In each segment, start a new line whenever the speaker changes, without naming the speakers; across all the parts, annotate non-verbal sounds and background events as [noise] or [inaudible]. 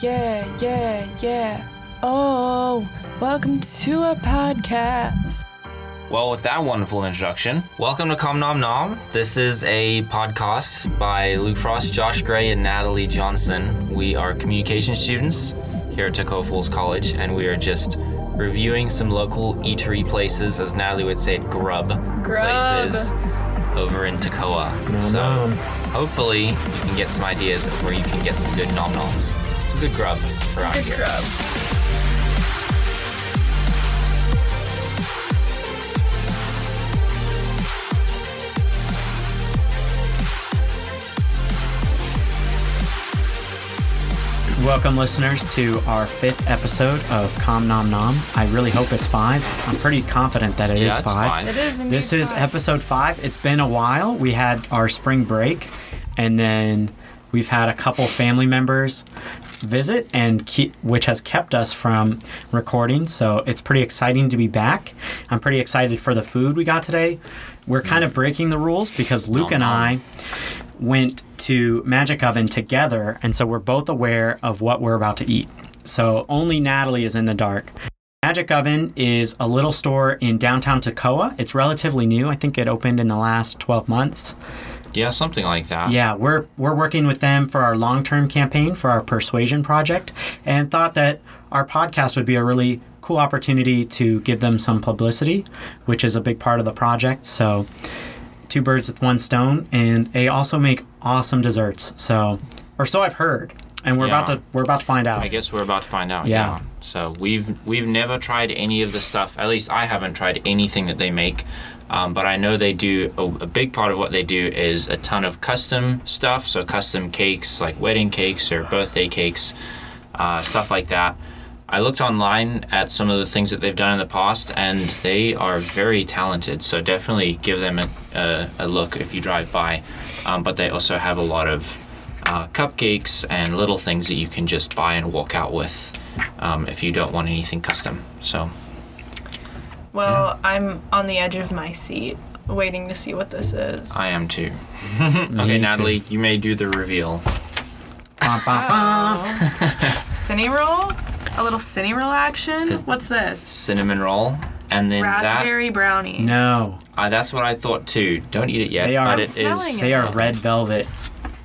yeah, yeah, yeah. Oh, welcome to a podcast.
Well, with that wonderful introduction, welcome to Com Nom Nom. This is a podcast by Luke Frost, Josh Gray, and Natalie Johnson. We are communication students here at Tocco Falls College, and we are just reviewing some local eatery places, as Natalie would say, grub, places over in Toccoa. so
nom.
hopefully you can get some ideas of where you can get some good nom noms, some good grub around here.
Welcome, listeners, to our fifth episode of Com Nom Nom. I really hope it's five. I'm pretty confident that it is
Yeah, that's
five.
fine.
It is indeed
This is
fun.
episode five. It's been a while. We had our spring break, and then we've had a couple family members visit, and keep, which has kept us from recording. So it's pretty exciting to be back. I'm pretty excited for the food we got today. We're kind of breaking the rules because Luke and I went to Magic Oven together, and so we're both aware of what we're about to eat. So only Natalie is in the dark. Magic Oven is a little store in downtown Toccoa. It's relatively new. I think it opened in the last 12 months.
Yeah, something like that.
Yeah, we're we're working with them for our long-term campaign for our persuasion project and thought that our podcast would be a really cool opportunity to give them some publicity, which is a big part of the project. So two birds with one stone and they also make awesome desserts. So or so I've heard. And we're about
Yeah.
to we're about to find out.
I guess we're about to find out.
Yeah.
So we've we've never tried any of the stuff. At least I haven't tried anything that they make. Um, but I know they do a, a big part of what they do is a ton of custom stuff. So custom cakes, like wedding cakes or birthday cakes, uh, stuff like that. I looked online at some of the things that they've done in the past, and they are very talented. So definitely give them a, a, a look if you drive by. Um, but they also have a lot of uh, cupcakes and little things that you can just buy and walk out with um, if you don't want anything custom. So
Well, I'm on the edge of my seat, waiting to see what this is.
I am
[laughs]
too. okay,
too.
Natalie, you may do the reveal.
Bah, bah,
[laughs]
bah.
Cine roll? A little cine roll action? What's this?
Cinnamon roll, and then
Raspberry brownie.
No.
that. Uh, that's what I thought too. Don't eat it yet.
They are-
but
I'm
it is
smelling it.
They are red velvet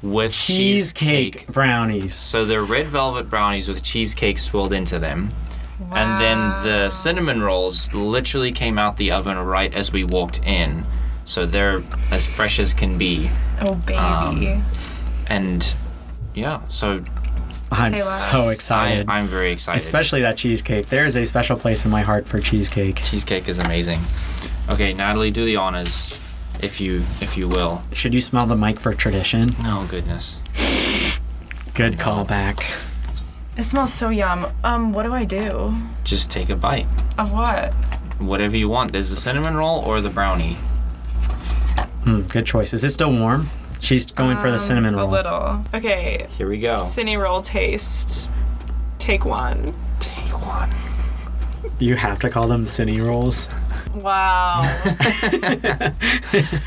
with
cheesecake,
cheesecake.
brownies.
So they're red velvet brownies with cheesecake swirled into them. And then the cinnamon rolls literally came out the oven right as we walked in. So they're as fresh as can be.
Oh, baby.
Um,
And yeah, so
I'm
Say
so
less.
I,
excited.
I'm very excited.
Especially that cheesecake. There is a special place in my heart for cheesecake.
cheesecake is amazing. Okay, Natalie, do the honors, if you if you will.
Should you smell the mic for tradition?
Oh goodness.
Good callback.
it smells so yum. Um, what do I do?
Just take a bite.
Of what?
Whatever you want. There's the cinnamon roll or the brownie.
Mm, good choice. Is it still warm? She's going for the cinnamon
Um, A
roll.
little. Okay,
Here we go.
cine roll taste. Take one.
Take one.
Do you have to call them cine rolls?
Wow.
[laughs]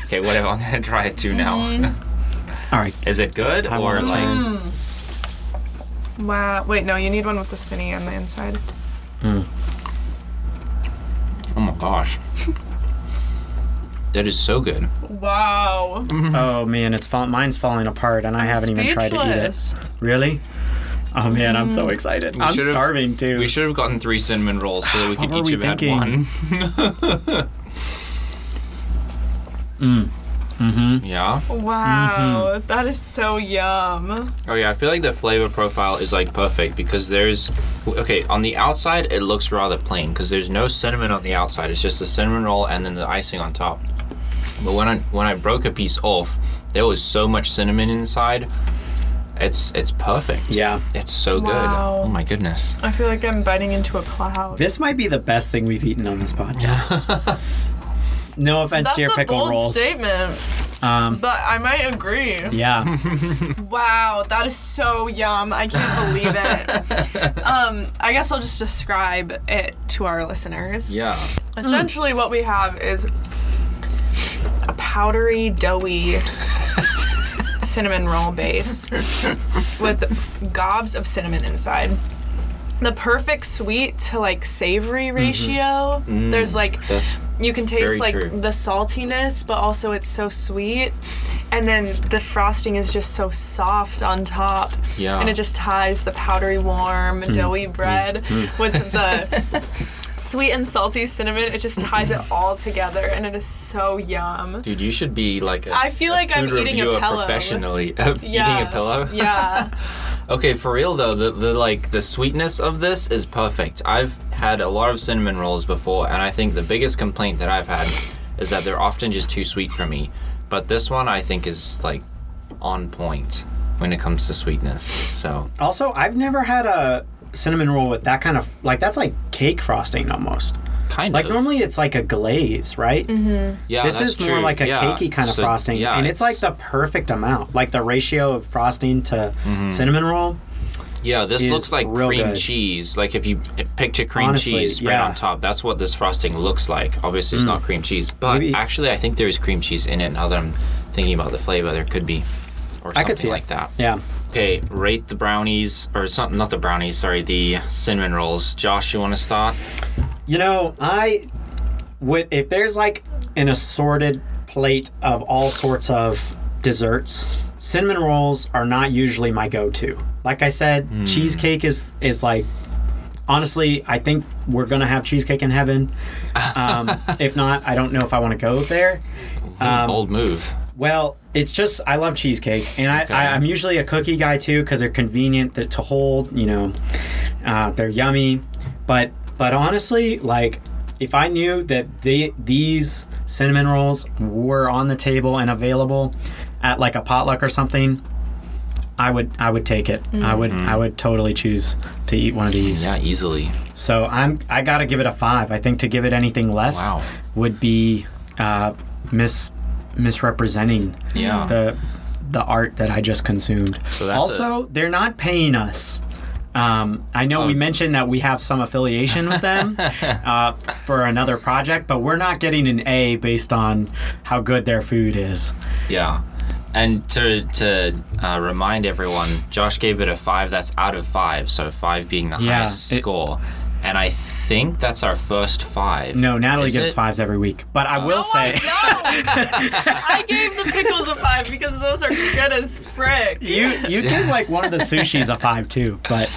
Okay, whatever. I'm gonna try it too now.
All right.
Is it good
I
or
want
like?
wow. Wait, no, you need one with the cine on the inside.
Oh my gosh. That is so good.
Wow.
Oh man, it's fall- mine's falling apart, and I haven't even tried to eat it.
Speechless. Mm.
Really? Oh man, I'm so excited. I'm
should've-
starving too.
We should have gotten three cinnamon rolls so that we could
were
each
we
have had one.
thinking?
mm. [laughs] Mm-hmm. Yeah.
Wow.
Mm-hmm.
That is so yum.
Oh yeah, I feel like the flavor profile is like perfect because there's okay, on the outside it looks rather plain because there's no cinnamon on the outside. It's just the cinnamon roll and then the icing on top. But when I when I broke a piece off, there was so much cinnamon inside. It's it's perfect.
yeah.
It's so
Wow.
good. Oh my goodness.
I feel like I'm biting into a cloud.
This might be the best thing we've eaten on this podcast.
[laughs]
no offense
That's
to your
a
pickle
bold
rolls.
statement,
Um,
but I might agree.
yeah.
Wow, that is so yum. I can't believe it.
[laughs]
um, I guess I'll just describe it to our listeners.
Yeah.
Essentially, what we have is a powdery, doughy cinnamon roll base with gobs of cinnamon inside. The perfect sweet to like savory ratio. There's like
That's
you can taste
Very
like
true.
the saltiness, but also it's so sweet. And then the frosting is just so soft on top.
Yeah. Hmm.
And it just ties the powdery warm, doughy bread
[laughs]
with the sweet and salty cinnamon. It just ties it all together and it is so yum.
dude. You should be like a.
I feel
a
like I'm
food
eating a
reviewer
pillow.
Professionally, [laughs]
Yeah.
eating
[laughs]
a pillow. [laughs]
Yeah.
Okay, for real though, the, the like the sweetness of this is perfect. I've had a lot of cinnamon rolls before, and I think the biggest complaint that I've had is that they're often just too sweet for me. But this one I think is like on point when it comes to sweetness. So
Also, I've never had a cinnamon roll with that kind of like that's like cake frosting almost.
kind
Like
of
normally it's like a glaze, right? Mm-hmm.
yeah,
This
that's
is more
true.
like a
Yeah.
cakey kind of
So,
frosting,
yeah,
and it's, like the perfect amount, like the ratio of frosting to
Mm-hmm.
cinnamon roll.
yeah. This
is
looks like
real
cream
good.
cheese. Like if you picture cream
Honestly,
cheese spread
yeah. Mm.
on top, that's what this frosting looks like. Obviously, it's not cream cheese, but
Maybe-
actually, I think there is cream cheese in it. Now that I'm thinking about the flavor, there could be. Or something
I could see it.
like that.
Yeah,
Okay, rate the brownies, or it's not not the brownies. Sorry, the cinnamon rolls. Josh, you want to start?
you know, I would if there's like an assorted plate of all sorts of desserts. Cinnamon rolls are not usually my go-to. Like I said, cheesecake is is like honestly, I think we're gonna have cheesecake in heaven. Um, if not, I don't know if I want to go there.
Ooh,
Um,
bold move.
Well, it's just I love cheesecake, and I,
Okay.
I I'm usually a cookie guy too because they're convenient that, to hold. You know, uh, they're yummy, but but honestly, like if I knew that they, these cinnamon rolls were on the table and available at like a potluck or something, I would I would take it. I would I would totally choose to eat one of these.
Mm-hmm. Yeah, easily.
So I'm I gotta give it a five. I think to give it anything less
Wow.
would be uh, mis misrepresenting
Yeah.
the the art that I just consumed.
So that's
also, they're not paying us. Um, I know
Oh.
we mentioned that we have some affiliation
[laughs]
with them uh, for another project, but we're not getting an A based on how good their food is.
Yeah. And to to uh, remind everyone, Josh gave it a five. That's out of five, so five being the
Yeah,
highest
it-
score. And I think that's our first five.
No, Natalie
Is
gives
it? Oh
fives every week, but I will
No, I
say.
don't. Oh I gave the pickles a five because those are good as frick.
[laughs] You you give like one of the
[laughs]
sushis a five too, but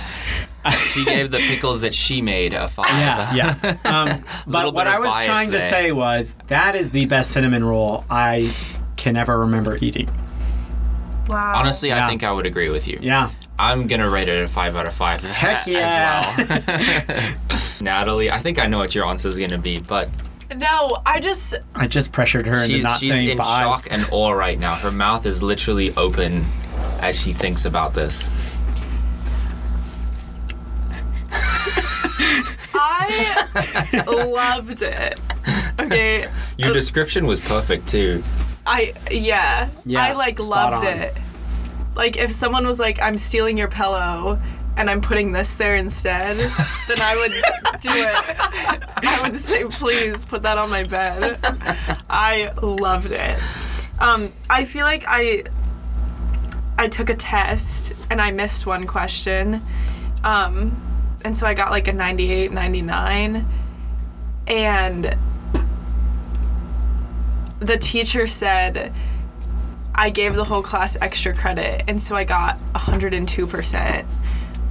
She gave the pickles that she made a five. [laughs]
Yeah, yeah. Um, but
Little
what
bit of
I was
bias
trying
there.
to say was that is the best cinnamon roll I can ever remember eating.
Wow.
Honestly, I
Yeah.
think I would agree with you.
Yeah.
I'm gonna rate it a five out of five.
Heck
as [laughs]
yeah.
well. [laughs] Natalie, I think I know what your answer is gonna be, but
No, I just
I just pressured her into
she's,
not
she's
saying
in
five.
shock and awe right now. Her mouth is literally open as she thinks about this.
I loved it. Okay.
Your
Oh.
description was perfect too.
I yeah.
Yeah,
I like
spot
loved
on.
it. Like if someone was like, I'm stealing your pillow and I'm putting this there
[laughs]
instead, then I would do it. I would say, please put that on my bed. I loved it. Um, I feel like I I took a test and I missed one question. Um, and so I got like a 98, 99. And the teacher said I gave the whole class extra credit, and so I got 102%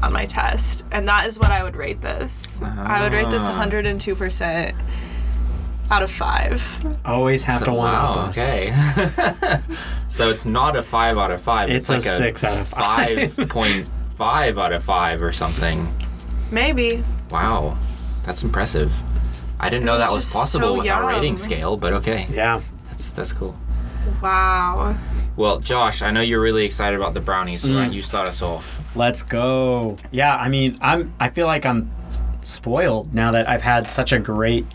on my test. And that is what I would rate this. I would rate this
Ah.
102% out of five.
Always have to
So-
one up
wow,
us.
okay. [laughs] so it's not a five out of five.
It's
It's,
a
like a
six out of five.
Five point five out of five or something.
Maybe.
Wow, that's impressive. I didn't know
was
that was
just
possible
so
with our rating
yum.
scale, but okay,
Yeah.
that's that's cool.
Wow.
Well, Josh, I know you're really excited about the brownies, so why
Mm.
don't you start us off?
Let's go. Yeah, I mean, I'm I feel like I'm spoiled now that I've had such a great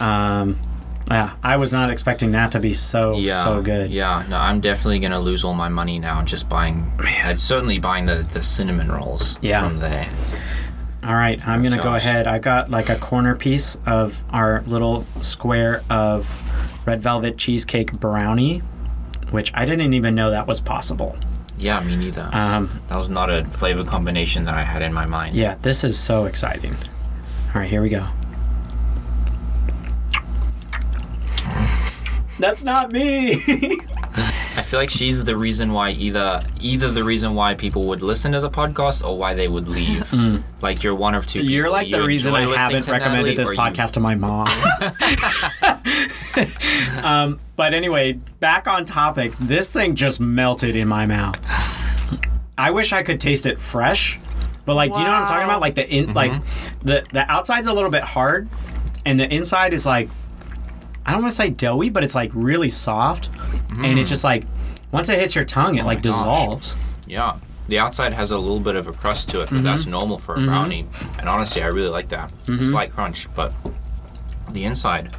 um yeah, I was not expecting that to be so so good.
Yeah, no, I'm definitely gonna lose all my money now just buying. I'd certainly buying the the cinnamon rolls.
Yeah.
from there.
All right, I'm gonna go
Josh.
ahead. I got like a corner piece of our little square of red velvet cheesecake brownie, which I didn't even know that was possible.
Yeah, me neither.
Um,
that was not a flavor combination that I had in my mind.
yeah, this is so exciting. All right, here we go. That's not me. [laughs]
I feel like she's the reason why either either the reason why people would listen to the podcast or why they would leave.
[laughs]
Like you're one of two.
Mm. You're
people.
like
You
the reason
enjoy
I
listening
haven't
to Natalie,
recommended this
or you-
podcast to my mom. [laughs] um, but anyway, back on topic. This thing just melted in my mouth. I wish I could taste it fresh, but like, do you know what I'm talking
Wow.
about? Like the in, like
Mm-hmm.
the the outside's a little bit hard, and the inside is like, I don't want to say doughy, but it's like really soft, and it's just like once it hits your tongue, it like
Mm. Oh gosh.
dissolves.
Yeah. The outside has a little bit of a crust to it, but that's
Mm-hmm.
normal for a brownie. And honestly, I really like that. Slight crunch, but the inside,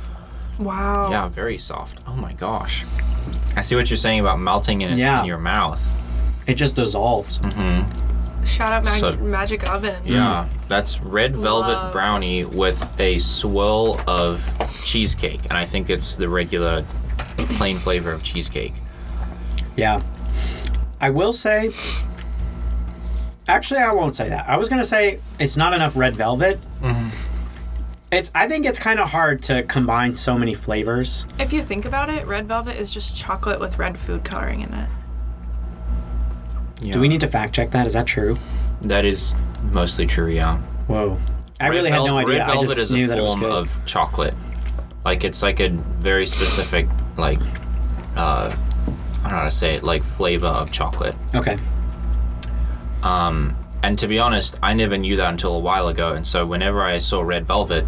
Wow.
yeah, very soft. Oh my gosh. I see what you're saying about melting in,
Yeah.
in your mouth.
It just dissolves.
Shout out Mag-
So-
Magic Oven.
Mm.
Yeah, that's red velvet
Love.
brownie with a swirl of cheesecake, and I think it's the regular plain flavor of cheesecake.
Yeah. I will say. Actually, I won't say that. I was gonna say it's not enough red velvet.
Mm-hmm.
It's. I think it's kind of hard to combine so many flavors.
If you think about it, red velvet is just chocolate with red food coloring in it.
Do we need to fact check that? Is that true?
That is mostly true. Yeah.
Whoa. I
Red
really had no
vel-
idea.
Red velvet
I just
is a
knew that it was
form
good.
of chocolate. Like it's like a very specific like uh, I don't know how to say it like flavor of chocolate.
okay.
And to be honest, I never knew that until a while ago. And so whenever I saw red velvet,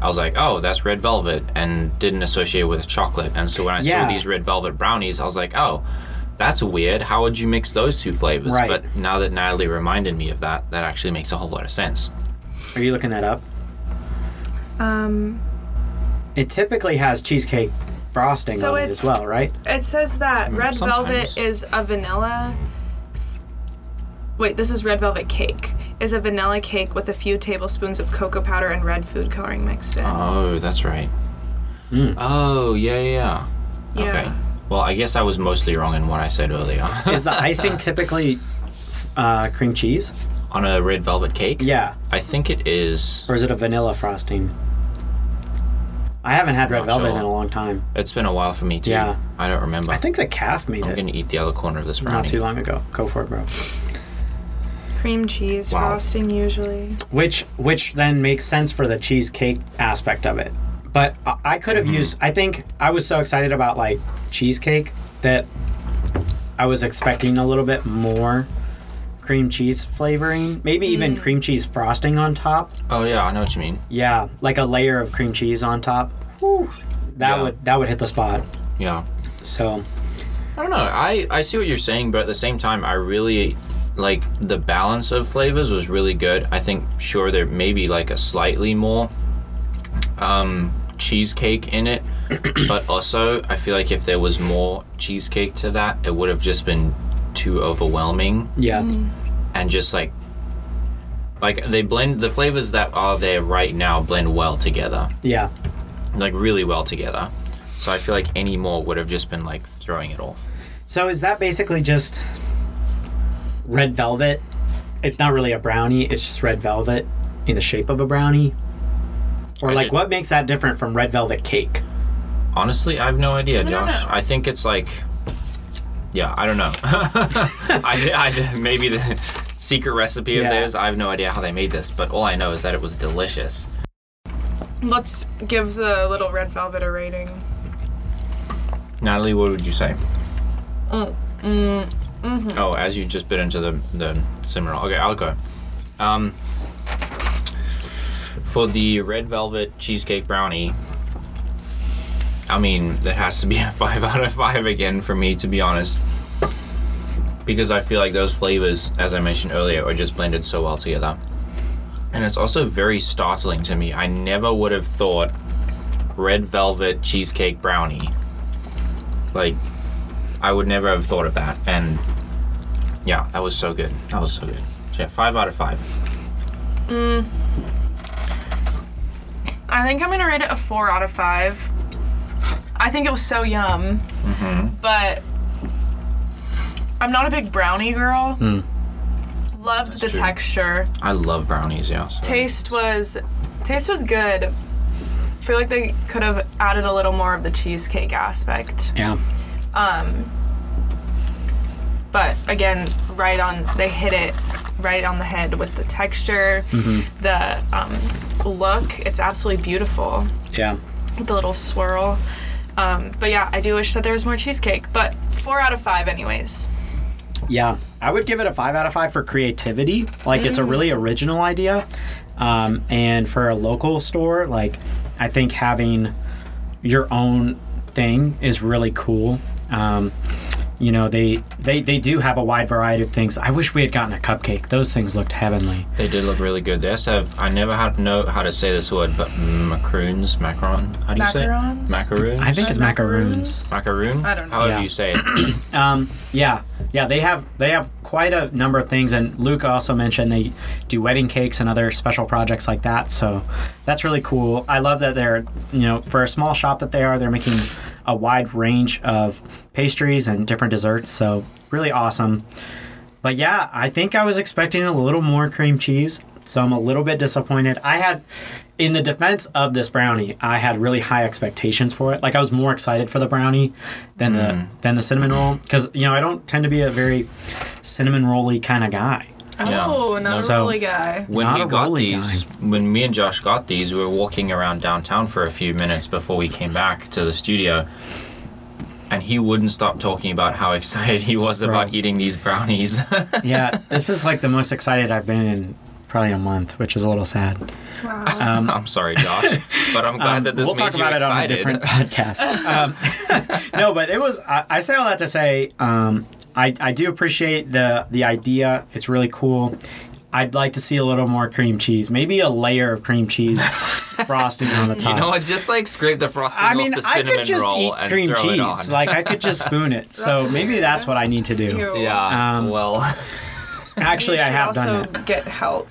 I was like, oh, that's red velvet, and didn't associate it with chocolate. And so when I
Yeah.
saw these red velvet brownies, I was like, oh, that's weird. How would you mix those two flavors?
Right.
But now that Natalie reminded me of that, that actually makes a whole lot of sense.
Are you looking that up?
Um,
It typically has cheesecake frosting
So
on it
it's-
as well, right?
it says that red
Mm, sometimes.
velvet is a vanilla. Wait, this is red velvet cake. Is a vanilla cake with a few tablespoons of cocoa powder and red food coloring mixed in.
Oh, that's right.
Hmm.
Oh, yeah, yeah, yeah.
yeah.
Okay. Well, I guess I was mostly wrong in what I said earlier. [laughs]
Is the icing typically uh, cream cheese?
On a red velvet cake?
Yeah.
I think it is.
Or is it a vanilla frosting? I haven't had red
Not
velvet
sure.
in a long time.
It's been a while for me, too.
Yeah.
I don't remember.
I think the calf made
I'm
it
gonna eat the other corner of this brownie.
not too long ago. Go for it, bro.
Cream cheese
Wow.
frosting usually.
Which which then makes sense for the cheesecake aspect of it. But I, I could
Mm-hmm.
have used. I think I was so excited about like cheesecake that I was expecting a little bit more cream cheese flavoring, maybe even cream cheese frosting on top.
Oh yeah, I know what you mean.
Yeah, like a layer of cream cheese on top. Whew, that
Yeah.
would that would hit the spot.
Yeah.
So
I don't know. I I see what you're saying, but at the same time, I really like the balance of flavors was really good. I think sure there may be like a slightly more um cheesecake in
[clears throat]
it, but also I feel like if there was more cheesecake to that, it would have just been too overwhelming
yeah,
and just like like they blend the flavors that are there right now blend well together.
yeah.
like really well together. So I feel like any more would have just been like throwing it off.
So is that basically just red velvet? It's not really a brownie, it's just red velvet in the shape of a brownie. Or
I
like
did-
what makes that different from red velvet cake?
Honestly, I have no idea,
don't
Josh.
know.
I think it's like, yeah, I don't know. [laughs] I, I maybe the secret recipe of
Yeah.
theirs. I have no idea how they made this, but all I know is that it was delicious.
Let's give the little red velvet a rating.
Natalie, what would you say? Oh, as you just bit into the the cinnamon roll. Okay, I'll go. Um, for the red velvet cheesecake brownie, I mean that has to be [laughs] a five out of five again for me, to be honest. Because I feel like those flavors, as I mentioned earlier, are just blended so well together. And it's also very startling to me. I never would have thought red velvet cheesecake brownie. Like, I would never have thought of that. And yeah, that was so good. That was so good. So yeah, five out of five.
I think I'm gonna rate it a
Mm-hmm.
four out of five. I think it was so yum, but I'm not a big brownie girl. Loved the
Mm. true.
texture.
I love brownies, yeah. so-
Taste was taste was good. I feel like they could have added a little more of the cheesecake aspect.
Yeah.
but again right on they hit it right on the head with the texture
Mm-hmm.
the um, look it's absolutely beautiful
Yeah.
with the little swirl um, but yeah i do wish that there was more cheesecake but four out of five anyways
Yeah, I would give it a five out of five for creativity. Like, it's a really original idea. Um, and for a local store, like, I think having your own thing is really cool. Um, you know, they, they they do have a wide variety of things. I wish we had gotten a cupcake. Those things looked heavenly.
They did look really good. They also have, I never had know how to say this word, but macaroons, macaron. How do you
Macarons?
say it? Macaroons?
I think it's macaroons.
macaroons
macaroon.
I don't know.
However
Yeah.
you say it.
Um, yeah, yeah, they have they have quite a number of things, and Luke also mentioned they do wedding cakes and other special projects like that. So that's really cool. I love that they're you know for a small shop that they are, they're making a wide range of pastries and different desserts. So really awesome. But yeah, I think I was expecting a little more cream cheese, so I'm a little bit disappointed. I had, in the defense of this brownie, I had really high expectations for it. Like I was more excited for the brownie than the than the cinnamon roll because you know I don't tend to be a very cinnamon rolly kind of guy.
Yeah.
oh not
So-
a really guy
When
Not
we
a
got
rolly
these, when me and Josh got these, we were walking around downtown for a few minutes before we came back to the studio. And he wouldn't stop talking about how [laughs] excited he was about eating these brownies. [laughs]
Yeah, this is like the most excited I've been in probably a month, which is a little sad.
wow
I'm sorry, Josh, but I'm
[laughs]
glad that this
Um, we'll
made
talk
you
about it on a
excited. [laughs]
different podcast. Um, [laughs] no, but it was. I, I say all that to say, um, I I do appreciate the the idea. It's really cool. I'd like to see a little more cream cheese, maybe a layer of cream cheese
[laughs]
frosting on the top.
You know,
[laughs]
I just like scrape the frosting
I mean,
off the
I
cinnamon
could just
roll
eat
and
cream
throw it
cheese.
on.
Like I could just spoon it. so
That's
maybe
weird.
that's what I need to do.
Ew.
[laughs] yeah,
Um,
well,
Actually, I
You should
have
also
done it.
get
[laughs]
help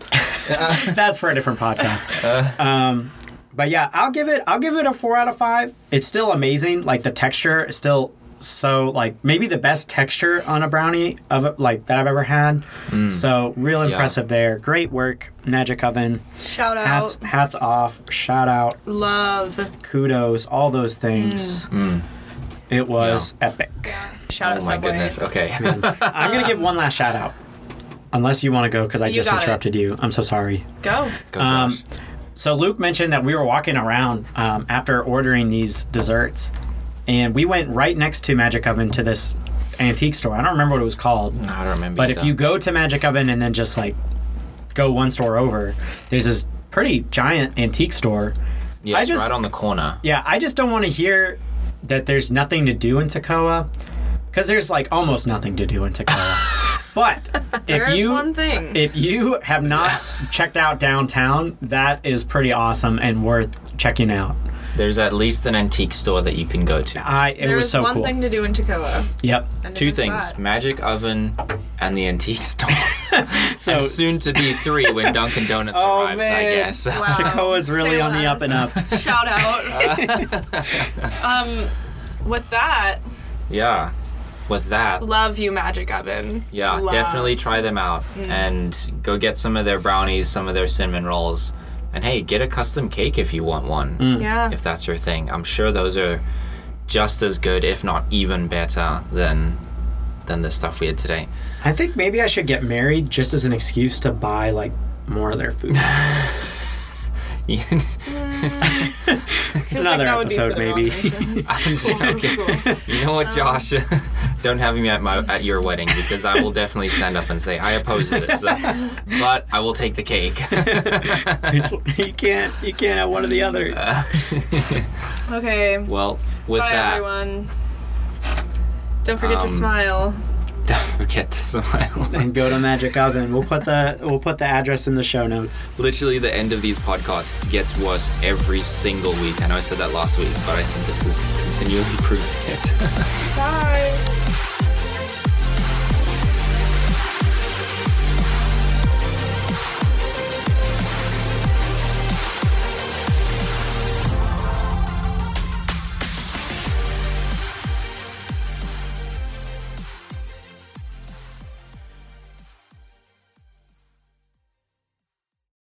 that's for a different podcast. Um, but yeah, I'll give it. I'll give it a four out of five. It's still amazing. Like the texture is still so like maybe the best texture on a brownie of like that I've ever had. So real impressive there. Great work, Magic Oven.
shout out
Hats hats off. Shout out.
love
Kudos. All those things.
Mm.
It was epic.
shout out
[laughs] oh my
Subway.
goodness.
[laughs]
Okay.
Um, I'm gonna give one last shout out. Unless you want to go because I
You
just
got it.
interrupted you. I'm so sorry.
go
[laughs] Go,
Um,
Josh.
So Luke mentioned that we were walking around um, after ordering these desserts, and we went right next to Magic Oven to this antique store. I don't remember what it was called,
No, I don't remember.
but if
either.
you go to Magic Oven and then just like go one store over, there's this pretty giant antique store.
yeah,
I
it's
just-
right on the corner.
Yeah, I just don't want to hear that there's nothing to do in Tacoma, because there's like almost nothing to do in Tacoma. but if
there is
you
one thing
if you have not checked out downtown, that is pretty awesome and worth checking out.
There's at least an antique store that you can go to.
I it
there
was
is
so
one
cool.
thing to do in Tacoma.
Yep.
and it
Two
is
things:
that.
magic oven and the antique [laughs] store.
So
Soon to be three when Dunkin' Donuts
[laughs] Oh,
arrives, I
man.
guess. [laughs]
Wow.
[laughs] Tacoa's really
Say
on the up and up.
less.
[laughs]
Shout out. um, with that,
yeah. With that,
love you, Magic Oven.
yeah,
Love. Mm.
definitely try them out and go get some of their brownies, some of their cinnamon rolls, and hey, get a custom cake if you want one.
Yeah. [laughs]
[laughs]
if that's your thing. I'm sure those are just as good, if not even better, than than the stuff we had today. [laughs]
I think maybe I should get married just as an excuse to buy like more of their [laughs] food.
Feels
Another
that would be for
episode,
the wrong
maybe.
reasons.
I'm joking.
Cool. [laughs]
You know what,
Um.
Josh? [laughs] Don't have me at my at your wedding because I will definitely stand up and say I
[laughs]
oppose this, but I will take the cake. [laughs]
[laughs] you can't you can't have one or the other.
Okay.
well, with
Bye,
that,
everyone. Don't forget to
Um,
smile.
[laughs] don't forget to smile.
and go to Magic Oven. We'll put the we'll put the address in the show notes.
Literally, the end of these podcasts gets worse every single week. [laughs] I know I said that last week, but I think this is continually proving it.
Bye.